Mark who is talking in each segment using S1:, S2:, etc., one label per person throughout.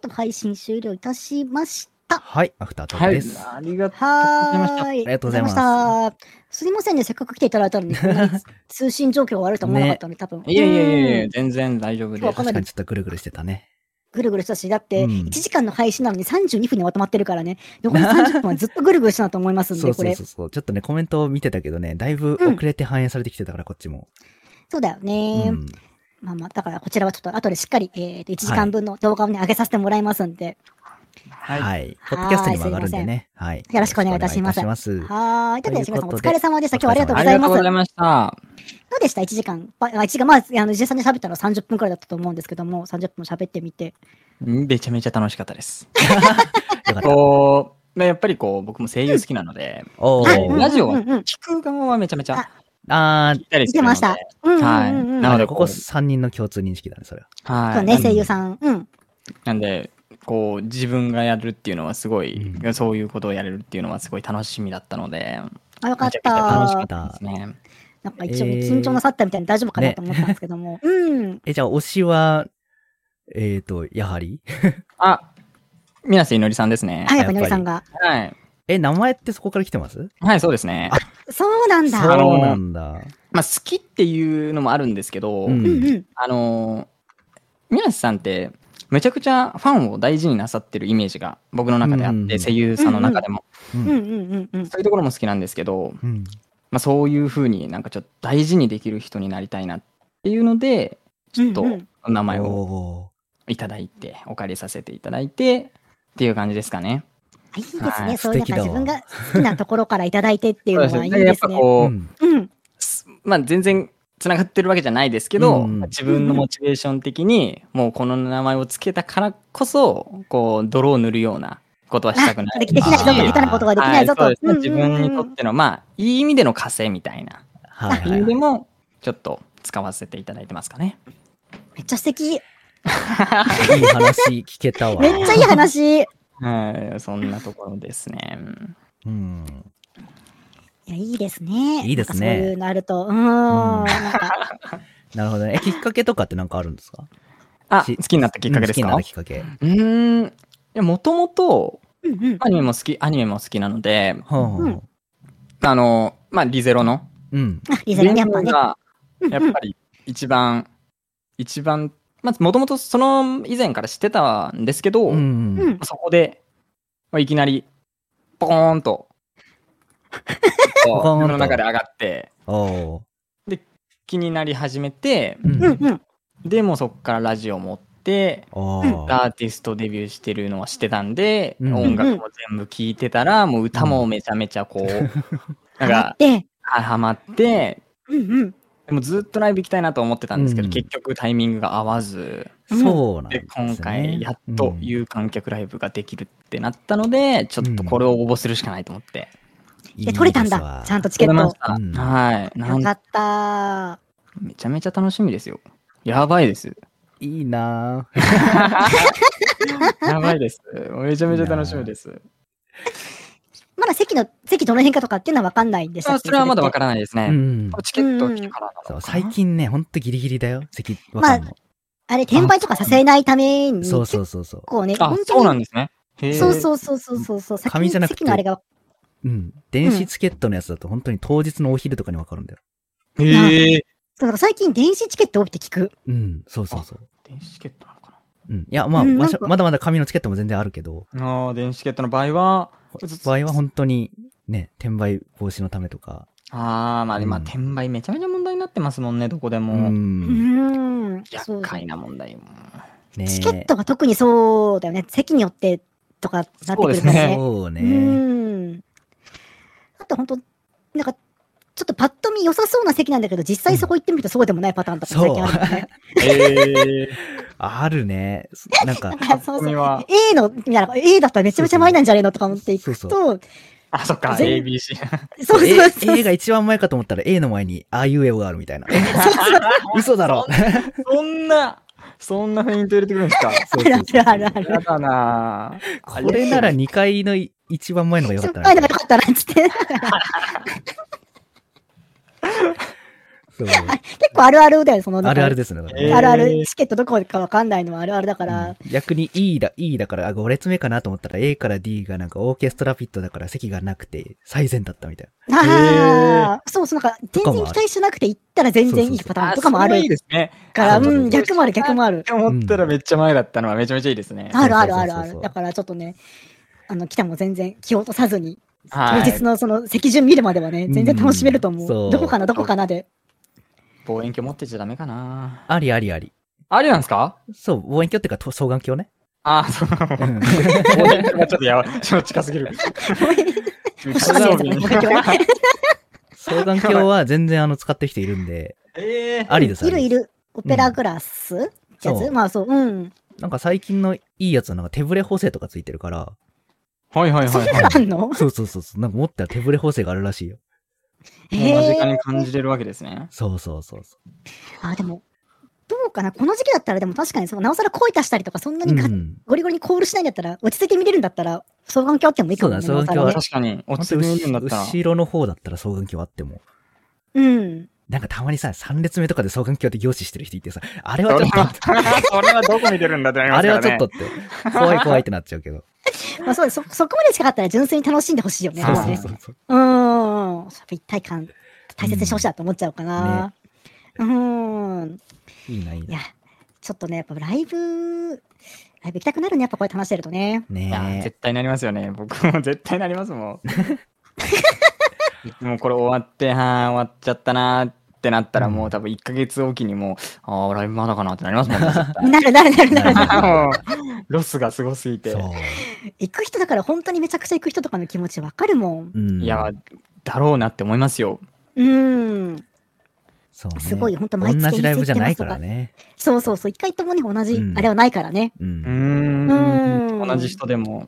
S1: と配信終了いたしました。
S2: はい、アフタートー
S3: は
S2: ク
S3: い
S2: です。。
S3: ありがとうございまし
S1: は。ー
S3: た
S1: い。
S2: ありがとうございます
S1: ありがとうございました。すいませんね、せっかく来ていただいたのに、こんなに通信状況が悪いと思わなかったので、多分。
S3: いやいやいやい
S1: うん
S3: や、全然大丈
S1: 今
S3: 夫で
S1: 日は
S3: す。
S1: かな
S2: 確
S1: り
S2: かにちょっとぐるぐるしてたね。
S1: ぐるぐるしたし、だって、
S2: うん
S1: 1時間の配信なのに32分にまとまってるからね、横に30分はずっとぐるぐるしたなと思いますん
S2: そ
S1: で、
S2: う
S1: こ
S2: そ
S1: れ。
S2: う
S1: そ
S2: そううそう。ちょっとね、コメントを見てたけどね、だいぶ
S1: うん
S2: 遅れて反映されてきてたから、こっちも。
S1: だよ
S2: う
S1: ね。
S2: ん。
S1: まあまあ、だからこちらはちょっと後でしっかり、えーと1時間分の動画をね、上げさせてもらいますんで。
S3: はい。
S2: はい。ポッドキャストにも上がるんでね。はい。
S1: よろしくお願いいたします
S2: よろしくお願いいたします
S1: はーい。ということで、志村さん
S2: ということ
S1: お
S2: で
S1: 疲れ様でした。今日はありがとう
S3: あ
S1: ご
S3: り
S1: ざい
S3: がと
S1: ます。
S3: うござい
S1: ど
S3: ました。
S1: うでした ?1 時間。ばあ一時間、まあ、あの、実際に喋ったのは30分くらいだったと思うんですけども、30分喋ってみて。
S3: うんめちゃめちゃ楽しかったです。
S2: よかった。
S3: こう、まあやっぱりこう、僕も声優好きなので、
S2: お
S1: はいうん
S2: ー。
S3: ラジオは
S1: うんうん
S3: 聞く側はめちゃめちゃ
S2: あ
S3: 聞いたり
S1: 見
S3: す
S1: て
S3: るの
S1: ま
S3: で。
S1: した。うんうんうん
S3: はい
S1: うん。
S2: ー、
S3: なの
S2: あ
S3: で
S2: ここ3人の共通認識だね、それは。
S3: は
S1: そう
S3: い。
S1: ね、
S2: うん
S1: 声優さん。うん。
S3: なんで、こう、自分がやるっていうのはすごい、
S2: うん
S3: そういうことをやれるっていうのはすごい楽しみだったので、
S1: あ、よかっ
S3: めちゃくちゃ
S1: た。
S2: 楽しかった
S3: です。ね。
S1: なんか一応
S2: えー
S1: 緊張なさったみたいな大丈夫かなと思ったんですけど も。うん。
S2: え、じゃあ、推しは、えっと、やはり
S3: あ、水瀬いのりさんですね。
S1: はい、やっぱりのりさんが。
S3: はい。
S2: え、名前ってそこから来てます
S3: はい、そうですね。
S1: そうなん
S2: そ
S1: だ。
S2: う
S3: あの
S2: なんだ。
S3: まあ、好きっていうのもあるんですけど、
S2: うん
S1: うんうん。
S3: あのー、宮地さんって、めちゃくちゃファンを大事になさってるイメージが僕の中であって、
S2: うん
S3: 声優さんの中でも、
S2: う
S1: うん
S2: ん。
S1: うんうんうん。
S3: そういうところも好きなんですけど、
S2: うん。
S3: まあ、そういうふうになんかちょっと大事にできる人になりたいなっていうので、ちょっと
S1: うんうん
S3: お名前を
S2: お
S3: いただいて、お借りさせていただいて、っていう感じですかね。
S1: いいです
S3: は
S1: ね。
S3: い
S1: そういうなん
S2: 素敵
S1: か
S2: だわ
S1: 自分が好きなところからいただいてっていうのはいい
S3: や
S1: で
S3: っ
S1: す
S3: ぱ
S1: ね。
S2: ー
S3: こう、
S2: うん
S1: うん。
S3: すまあ、全然つながってるわけじゃないですけど、
S2: うん
S3: 自分のモチベーション的にもうこの名前をつけたからこそこう泥を塗るようなことはしたくない
S1: あできできないぞと、
S2: あー
S1: 下手なことができ
S3: は
S1: ない
S3: い
S1: ぞ
S3: そう
S1: と
S3: です。自分にとってのまあいい意味での火星みたいな
S2: はい
S3: 意
S2: はい
S3: 味
S2: は
S3: で
S2: い。
S3: もちょっと使わせていただいてますかね。
S1: めっちゃ素敵。
S2: いい話聞けた わ。
S1: めっちゃいい話。い
S3: はい、そんなところですね。
S2: うん。
S1: や、いいですね。
S2: いいですね
S1: なんかそういうのあると。うーん。なんか、
S2: なるほどね。え、きっかけとかってなんかあるんですか
S3: あ、
S2: し
S3: 好きになったきっかけです
S2: うん好きになった
S3: か
S2: きっかけ。
S3: うーん。いや、もともと
S1: うん うん。
S3: アニメも好き、アニメも好きなので、
S2: ほうほうほ
S3: あの、まあ、リゼロの
S2: ううん。
S1: あ、リザがね、やっぱね
S3: リゼロ。が
S1: うん
S3: や
S1: う
S3: っ
S1: ん
S3: ぱり一番、一番、まあ、もともとその以前から知ってたんですけど、
S2: うん
S1: うん。
S3: そこで、まあ、いきなり、ポコー ンと、
S2: ポコーンと
S3: こう自分の中で上がって、
S2: おー
S3: 気になり始めて、
S2: う
S1: うん
S2: ん。
S1: うん。
S3: でもうそこからラジオ持って、
S2: お
S1: うん
S2: ー
S3: アーティストデビューしてるのは知ってたんで、
S2: うん
S3: 音楽も全部聴いてたら、もう歌もめちゃめち ゃこう、なんか、
S1: で、
S3: はハマって、
S1: うんうん。
S3: でもずっとライブ行きたいなと思ってたんですけど、
S2: うん
S3: 結局タイミングが合わず、
S2: そうなんで
S3: です
S2: ね。
S3: 今回やっと
S2: うん
S3: 有観客ライブができるってなったので、ちょっとこれを応募するしかないと思って。
S2: いい
S1: で、取れたん
S2: ですわ
S1: だ。ちゃんとチケ
S3: 取れ
S1: ッ
S3: まし
S1: ト。
S3: た。
S2: うん
S3: はい。な
S1: よ
S3: ん
S1: かった。
S3: めちゃめちゃ楽しみですよ。やばいです。
S2: いいなぁ
S3: やばいです。めちゃめちゃ楽し みです。
S1: まだ席の、席どの辺かとかっていうのは分かんないんでした
S3: あ
S1: っけ
S3: それはまだわかららないですね。
S2: うん。
S3: チケット来てからなのか
S2: そ
S3: な
S2: う最近ね、ほんとギリギリだよ。席わかんの。
S1: あれ、転売とかさせないために、
S2: そう
S1: 結
S2: そうそうそう。
S1: 構ね、
S3: あ
S1: 本、当
S3: そう
S1: に
S3: なんですね。へー
S1: そうそうそうそうそうそう。先
S2: 紙
S1: に
S2: じゃなくて
S1: 席のあれが。
S2: うん。電子チケットのやつだと本当に当日のお昼とかにわかるんだよ。
S3: へえ。
S1: そうだから最近電子チケット多くて聞く。
S2: うん。そうそうそう。
S3: 電子チケットなのか
S2: うん。いや、まあ、
S1: うん
S2: わ
S1: な
S2: し
S1: んか
S2: まだまだ紙のチケットも全然あるけど、
S3: なああ、電子チケットの場合は、
S2: 場合は本当にね、転売防止のためとか。
S3: ああ、まあ、
S2: うん
S3: 今、転売めちゃめちゃ問題になってますもんね、どこで
S2: う。
S3: も。
S1: うんーん。そ
S3: 厄
S1: う
S3: 介な問題も。
S2: ね
S1: チケットが特にそうだよね。席によってとかなってくるから
S3: ね
S1: ね。
S2: そう
S1: う
S2: ね。
S1: ーん。あと本当なんか、ちょっとパッと見良さそうな席なんだけど、実際そこ行ってみるとそうでもないパターンとか最近あるよね。
S3: ええ。
S2: あるね。なんか、
S1: なんかそう
S3: こ
S1: そう
S3: れは、
S1: A の、みたいな、A だったらめちゃめちゃ前なんじゃねえのとか思っていくと、そ
S2: そ
S1: うう
S2: そ
S1: そう
S3: あ、そっか、
S1: 全
S3: ABC。
S1: そうそう。
S2: A, A が一番前かと思ったら A の前に、ああいう絵があるみたい な。嘘だろ。
S3: そんな、そんなフェイント入れてくるんですか
S1: あるあるあるある。
S3: やだな
S2: これなら2階のい一番前のが良か
S1: しょ
S2: っ
S1: ったぱいの
S2: な
S1: が。良かったなっつって。
S2: そう
S1: 結構あるあるだよね、そのなん
S2: あ
S1: か
S2: るあるですね。だから
S3: えー
S1: あるある、チケットどこかわかんないのはあるあるだから、
S2: うん逆に E だ、E だから、あ、5列目かなと思ったら A から D がなんかオーケストラフィットだから席がなくて最善だったみたい
S1: ああ、そうそう、なんか全
S2: とか
S1: 然
S2: も
S1: 期
S2: ある
S1: 待しなくて行ったら全然いいパターンとかもあ
S3: それ
S1: る
S3: いいですね。
S1: か
S2: あ
S1: ら、
S2: そうそう
S1: うん、逆もある、逆もある。
S3: って思ったらめっちゃ前だったのはめちゃめちゃいいですね。
S1: あるあるある
S2: そう
S1: あ
S2: そうそうそ
S1: る。
S2: う
S1: だからちょっとね、あの、来たも全然気を落とさずに、当
S3: はい。
S1: 日のその席順見るまではね、全然楽しめると思
S2: うんそう
S1: う。どこかな、どこかなで。
S3: 望遠鏡持ってちゃダメかな。
S2: な。ありありあり。
S3: あれなんですか
S2: そう、望遠鏡っていうか、と双眼鏡ね。
S3: ああ、そう。
S2: う
S3: 望
S2: ん
S3: 遠鏡がちょっとやばい。ちょっと近すぎる。
S1: 星あるやつだね望遠 鏡
S2: 双眼鏡は全然あの使ってる人いるんで、
S3: ええ
S2: ありです。あ
S1: いる
S2: り
S1: い
S2: です
S1: る。オペラグラスってや
S2: そう
S1: つまあそう、うん。
S2: なんか最近のいいやつはなんか手ブレ補正とかついてるから、
S3: はいはい
S1: そ
S3: は
S1: ん
S3: い。
S1: なのあんの
S2: そうそうそうそう、なんか持ったら手ブレ補正があるらしいよ。
S3: もう間
S1: へ
S3: 近
S1: え。
S3: に感じれるわけですね。
S2: そうそうそうそう。
S1: あ、でも、どうかなこの時期だったらでも確かにそう、なおさら声出したりとか、そんな
S2: う
S1: にか
S2: ん。
S1: ゴリゴリにコールしないんだったら、落ち着いて見れるんだったら、双眼鏡あってもいいかもね。
S2: そうだね双眼
S1: なお
S2: 鏡
S1: さ
S3: 確かに、落
S2: 本当
S3: ちて
S2: に
S3: 見えるんだ
S2: 後
S3: ったら。
S2: 後ろの方だったら双眼鏡あっても。
S1: らねうん。
S2: なんかたまにさ、3列目とかで双眼鏡で凝視してる人いてさ、あれ
S3: そ
S2: はち
S3: れ
S2: ょっ
S3: は
S2: と、
S3: それはどこ見てるんだってなりま
S2: あ
S3: す
S2: れ
S3: か
S2: は
S3: ら
S2: ちょ
S3: ね
S2: っとって、怖い怖いってなっちゃうけど。
S1: まあそうです。そ、そこまで近かったら純粋に楽しんでほしいよね。
S2: そう
S1: もう
S2: そう
S1: ね
S2: そうそう。
S1: うーん。一体感、大切にしてほしいなと思っちゃうかな。うーん。
S2: いいな、いい
S1: い
S2: な
S1: や。、ちょっとね、やっぱライブ、ライブ行きたくなるね。やっぱこうやって話してるとね。
S3: いやー
S2: ねえ。
S3: 絶対なりますよね。 僕も絶対なりま すもん。もうこれ終わって、はー終わっちゃったなーってなったら、もう多分1ヶ月おきにもう、ああ、ライブまだかなってなりま すもんね。 絶対
S1: なるなるなるなる。
S2: なる
S3: もうロスがすごすぎて
S2: そ。
S1: 行く人だから本当にめちゃくちゃ行く人とかの気持ちわかるもん。
S2: う。うん。
S3: いや、だろうなって思いますよ。
S1: うーん。
S2: そうね
S1: すごいほんと
S2: 同
S1: 毎月
S2: じライブじゃないからね。
S1: そうそうそう。一回ともに同じ、
S2: うん
S1: あれはないからね。
S2: う。
S3: うんー
S1: うん
S3: ん。同じ人でも。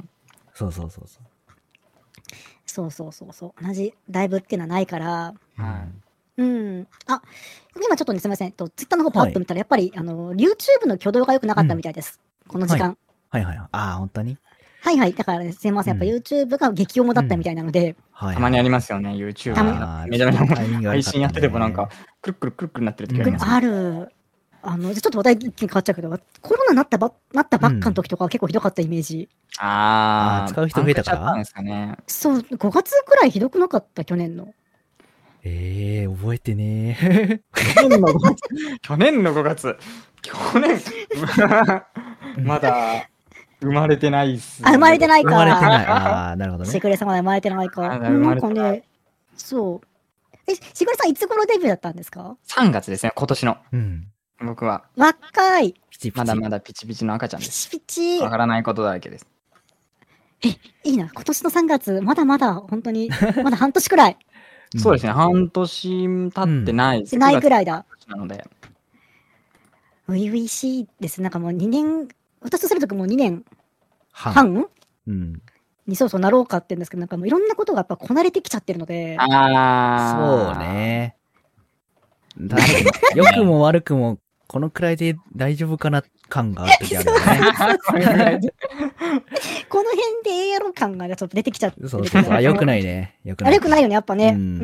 S2: そうそうそうそう。
S1: そうそうそうそう。同じライブっていうのはないから。
S3: は
S1: うん。あ、今ちょっとね、すみません。と、ツイッターの方パ
S2: はい
S1: ッと見たら、やっぱり、あの、YouTube の挙動が良くなかったみたいです。この時間。
S2: はいはいはい。ああ、本当に
S1: はい、はいだから、ね、すみません。やっぱ
S2: うん
S1: YouTube が激重だったみたいなので、
S2: はい。
S3: たまにありますよね、YouTube
S1: たまに
S2: あー
S3: めちゃめちゃもう
S2: タイミング悪か
S3: 配
S2: たね
S3: 信やっててもなんか、くるくるくるくるなってる時あ
S2: う
S3: り
S2: ん
S3: ます。
S1: ある。あの、じゃあちょっと話題一気に変わっちゃうけど、コロナになったば、なったばっかの時とかは結構ひどかったイメージ。
S3: あ
S2: あー
S3: あ、
S2: 使う人増えたから
S3: パンクしちゃったんです
S1: そ
S3: かね。
S1: う、5月くらいひどくなかった、去年の。
S2: ええ、覚えてねえ。
S3: 去年の5月。去年の5月。去年、まだ生まれてないっす、
S1: あ生まれてない
S2: 生
S1: か
S2: まれて ない。ああ、なるほど
S1: し
S2: ね。
S1: ぐれ様で生まれてないか。
S3: あ
S1: うんなんか
S3: 生まれ
S1: ね、そう。え、しぐれさん、いつ頃デビューだったんですか
S3: 3月ですね、今年の。
S2: うん。
S3: 僕は。
S1: 若い。
S2: ピチピチ。
S3: まだまだピチピチの赤ちゃん
S1: ピ
S3: です。
S1: チピチ
S3: わ。からないことだらけです。
S1: いいな、今年の3月、まだまだ、本当に、まだ半年くらい、
S2: ん
S3: そうですね、半年経ってないです。
S1: ないぐ
S3: い。
S1: らいだ。
S3: なので。
S1: 初々しいです。なんかもう2年、私とするともう2年
S2: 半。
S1: 半
S2: うん。
S1: にそうそうなろうかって言うんですけど、なんかもういろんなことがやっぱこなれてきちゃってるので、
S3: あ
S2: そ
S3: あ。
S2: う。ね。だって良くも悪くも、このくらいで大丈夫かな感がある時あるよね。
S3: これぐらいで
S1: この辺でええやろ感がちょっと出てきちゃってる
S2: そうそうそう。あ、良くないね。良く
S1: あ
S2: な
S1: れ
S2: い
S1: よ。くないよね、やっぱね。う
S2: う
S1: ん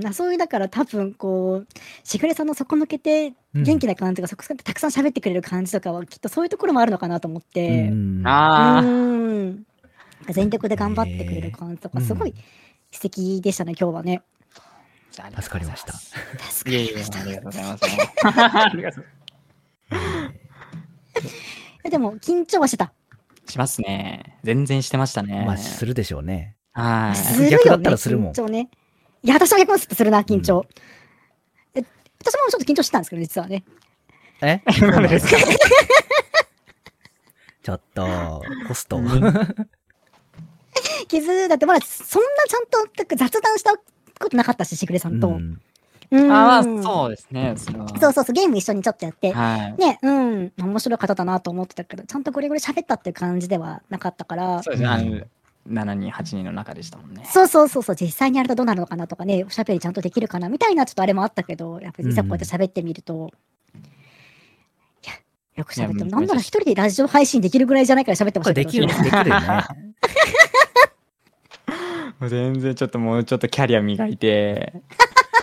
S1: ーん。あそういう、だから多分、こう、しぐれさんの底抜けて、
S2: うん
S1: 元気な感じとか、そこそこたくさん喋ってくれる感じとかは、きっとそういうところもあるのかなと思って。
S2: うん
S1: う
S3: ああ。
S1: ーん。全力で頑張ってくれる感じとか、
S2: ねえ
S1: すごい素敵でしたね、今日はね。
S2: 助かりました。
S1: 助
S3: い
S1: か
S3: え
S1: り
S3: いえ
S1: まし、
S3: あ
S1: た
S3: りがとうございます。ありがとう
S1: でも、緊張はしてた。
S3: しますね。全然してましたね。
S2: まあ、するでしょうね。
S3: はい。
S1: するよね。
S2: 逆だったらするもん
S1: 緊張ね。いや、私も逆もするな、緊張。え私もちょっと緊張してたんですけど、実はね。
S2: え
S3: なんでですか
S2: ちょっと、ホスト。
S3: う
S2: うんん。
S1: 傷だって、まだそんなちゃんとなんか雑談したことなかったし、しぐれさんと。うん
S3: ああ、そうですね。それは
S1: そうそうそう、ゲーム一緒にちょっとやって。
S3: はい。
S1: ね、うん、面白い方だなと思ってたけど、ちゃんとゴリゴリ喋ったっていう感じではなかったから、
S3: そうですね。あの、7人、8人の中でしたもんね。
S1: そうそうそうそう、実際にやるとどうなるのかなとかね、おしゃべりちゃんとできるかなみたいな、ちょっとあれもあったけど、やっぱりいざこうやって喋ってみると、いや、よく喋って
S3: いや
S1: も、なんなら一人でラジオ配信できるぐらいじゃないから喋ってほ
S2: こ
S1: し
S2: れ
S1: い
S2: できる、できるよね。
S3: もう全然ちょっともうちょっとキャリア磨いて、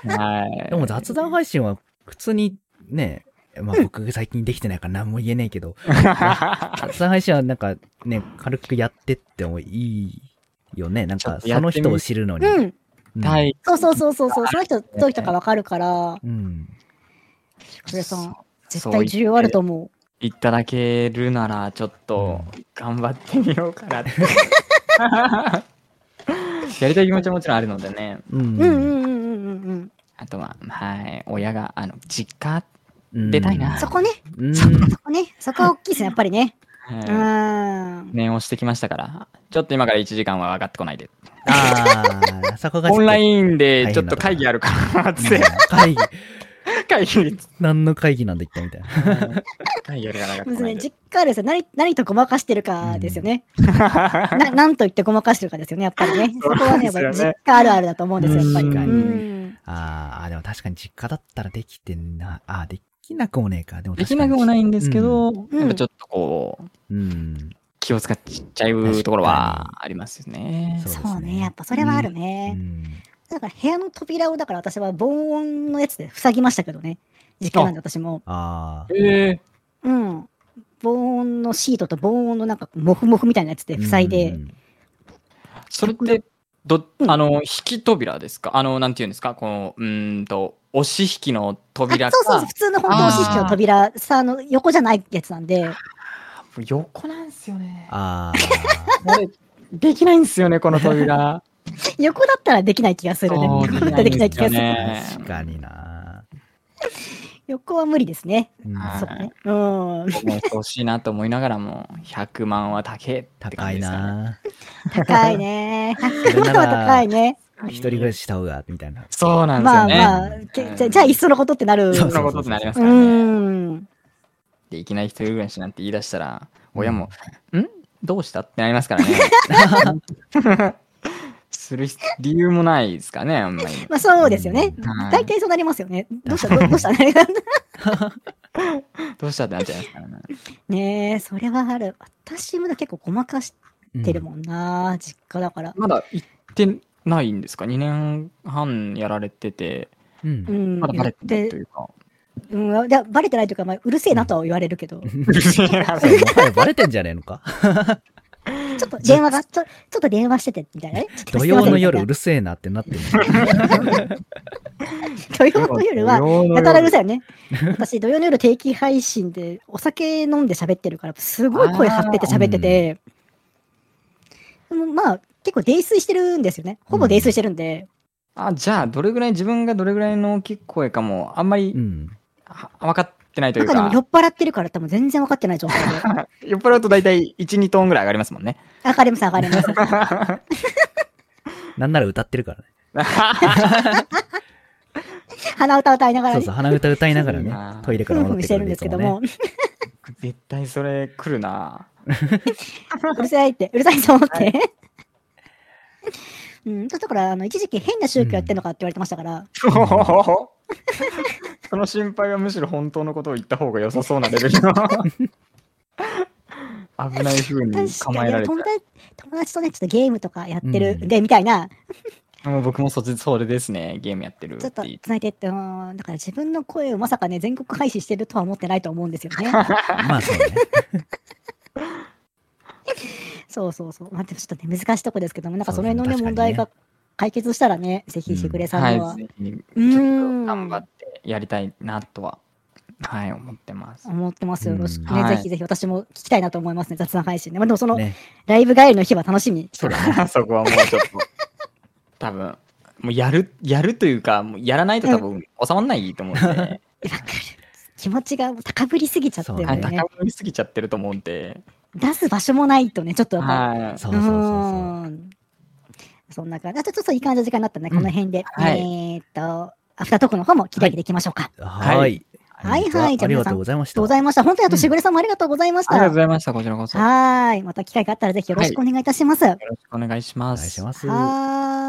S3: はい。
S2: でも雑談配信は普通にね、まあ僕最近できてないから何も言えねえけど、 雑談配信はなんかね、軽くやってってもいいよね。なん
S3: ちょ
S2: か
S3: っとや
S2: そ
S3: って
S2: の人
S3: み
S2: を知るのに。
S1: うん。
S2: うん
S3: はい。
S1: そうそうそうそうそう。その人、どういう人かわかるから、
S2: うん。
S1: クレさん、絶
S3: そう
S1: 対需要あると思う。
S3: 言っていただけるなら、ちょっと頑張ってみようかな って。やりたい気持ちはもちろんあるのでね。
S2: うん。
S1: うんうんうんうんうん
S3: あとは、はい、親が、あの、実家、
S2: うん
S3: 出たい
S1: うん。
S3: な
S1: そこね、
S2: うん。
S1: そこね、そこは大きいですね、やっぱりね。う
S3: はい
S1: ーん。
S3: 念をしてきましたから、ちょっと今から1時間は上がってこないで。
S2: ああ、そこがちょっと
S3: オンラインでちょっと会議あるから、つっ
S2: うん
S3: て、
S2: 会議、
S3: 会議、
S2: 何の会議なんだ言ったみたいな。
S3: 会議あるから上がって
S1: む
S3: こ
S1: ず
S3: ないい
S1: ね
S3: で。
S1: 実家はですね、何、何とごまかしてるかですよね。な、なんと言ってごまかしてるかですよね、やっぱりね。そこはね、やっぱり
S3: そうですよ
S1: 実
S3: ね
S1: 家あるあるだと思うんですよ、やっぱり。
S2: うん
S1: うん。
S2: あーあー、でも確かに実家だったらできてな、あーできなくもねえか。でも
S3: で
S2: 確か
S3: き
S2: に
S3: なくもないんですけど、
S1: ん
S3: やっぱちょっとこう、
S2: うん。
S3: 気を使っちゃうところはありますよね。
S2: そうですね
S1: そうね、やっぱそれはある
S2: う
S1: ね。
S2: ん。
S1: だから部屋の扉を、だから私は防音のやつで塞ぎましたけどね。実家なんで私も。
S2: ああ。
S3: ええ
S1: うん。防音のシートと防音のなんか、モフモフみたいなやつで塞いで。
S2: うん
S3: それって、ど、
S1: うん
S3: あの、引き扉ですかあの、なんていうんですかこの、うーんと、押し引きの扉
S1: あ
S3: か
S1: そうそうそう、普通の本当のシートの扉、さ、あの、横じゃないやつなんで。
S3: 横なんですよね。
S2: ああ。
S3: あれできないんですよね、この扉。
S1: 横だったらできない気がするね。
S3: そう
S1: 横だったらできない気がす
S3: できない
S1: る。
S3: ね
S2: 確かにな。
S1: 横は無理ですね。
S2: うん
S3: はい
S1: そうね。 うん。
S3: 僕も欲しいなと思いながらも、100万は高えって
S2: 高
S3: 感じ
S2: い
S3: ですかね。
S2: な。
S1: 高いね。
S2: れなら
S1: 100万は高いね。
S2: 一人暮らしした方が、みたいな。
S3: そうなんです
S1: ま
S3: よ
S1: あ
S3: ね。
S1: まあ、けじゃじゃあ、いっそのことってなる。
S2: そう
S3: そんなことになります
S1: う
S3: からね。
S1: ん。
S3: でいきなり一人暮らしなんて言い出したら、親も、んどうしたってなりますからね。する必理由もないですからね、あん まり。
S1: まあ、そうですよね
S3: うん。
S1: 大体そうなりますよね。どうしたどうどうしたね。
S3: どうしたってなっちゃいますからね。
S1: ねえ、それはある。私も結構ごまかし
S2: うん
S1: てるもんな、実家だから。
S3: まだ行ってないんですか ?2 年半やられてて、
S2: う。
S1: うんん。
S3: まだバレてないと
S1: で
S3: いうか。
S1: うん、でバレてないというか、まあ、うるせえなとは言われるけど、ち
S3: うるせえな
S2: そうもはやバレてんじゃねえのか
S1: ょっと電話が、ちょちょっと電話してて、みたいなね。ちょっと
S2: 土
S1: すいま
S2: 曜
S1: せんみ
S2: の
S1: たい
S2: 夜
S1: な
S2: うるせえなってなってる。
S1: 土曜の夜 は
S3: 土、曜の夜
S1: やたらうるさいよね。私、土曜の夜定期配信で、お酒飲んで喋ってるから、すごい声張ってて喋ってて、でもまあ、結構泥酔してるんですよね。ほぼ泥酔してるんで、
S3: あ、じゃあ、どれぐらい、自分がどれぐらいの大きい声かも、あんまり
S2: うん。
S3: は分かってないという
S1: 中でも
S3: か
S1: 酔、っ払ってるから、多分全然分かってない状態で。
S3: 酔っ払うと大体1、2トーンぐらい上がりますもんね。
S1: 上がります、上がります。
S2: なんなら歌ってるからね。
S1: 鼻歌歌いながら
S2: そう
S1: ね、
S2: そう、鼻歌歌いながら
S3: いいな
S2: ね、トイレか
S1: ふ
S2: ら
S1: んふ
S2: 戻っ
S1: んしてて
S2: く
S1: るん
S2: るん
S1: で
S2: ですす
S1: け
S2: も
S1: ど
S2: んね
S1: も、。
S3: 絶対それ来るな。
S1: うるさいって、うるさいと思って。うん、だから、あの、一時期変な宗教やってんのかって言われてましたから、
S3: その心配はむしろ本当のことを言った方が良さそうなレベルの危ない風に
S1: 確
S3: 構
S1: か
S3: え
S1: に
S3: られて
S1: 友達友達とね、ちょっとゲームとかやってるんで、みたいな、
S3: もう僕もそっちそれですねゲームやってる
S1: ちょ
S3: っ
S1: っと
S3: て
S1: つないでって、うんだから自分の声をまさかね、全国配信してるとは思ってないと思うんですよね。
S2: まあそうね。
S1: そうそうそう。まあ、でもちょっとね、難しいとこですけども、なんかその辺のね、
S2: そうですね
S1: 問
S2: 確かに
S1: 題
S2: ね
S1: が解決したらね、ぜひ、しぐれさ
S3: は
S1: ん
S3: い
S1: のは。
S3: ぜひち
S1: う
S3: ょっと
S1: ん。
S3: 頑張ってやりたいなとははい思ってます
S1: 思ってますよ。
S2: うん
S1: よろしく
S3: は
S1: ね。
S3: い
S1: ぜひぜひ私も聞きたいなと思いますね。雑談配信ね。まあ、でもその、
S2: ね。
S1: ライブ帰りの日は楽しみにして
S3: そうだね そこはもうちょっと多分もうやるやるというかもうやらないと多分収まらないと 思うんで、
S1: わかる。 気持ちがもう高ぶりすぎちゃってる
S2: そう
S1: よ
S2: だ
S3: はい、
S1: ね
S3: 高。ぶりすぎちゃってると思うんで、
S1: 出す場所もないとね、ちょっとやっぱ。
S3: はい、
S2: そうそうそうそう。
S1: ーんそんな感じ。あちょっとそういい感じの時間になったね。この辺で。
S3: はい
S1: えーっと、アフタートークの方も切り上げていきましょうか。
S2: は。
S3: はい
S1: はいはいじゃあ
S2: ありがとうございまし
S1: ありがとう
S2: た。
S1: ございました。本当にあと、しぐれさんもありがとうございまし
S3: ありがと
S1: た。
S3: うございましたこちらこそよ
S1: はーい。また機会があったらぜひよろしくお願いいたします。は
S3: ろしくお願いしま
S2: お願い
S3: す
S2: します。
S1: ーい。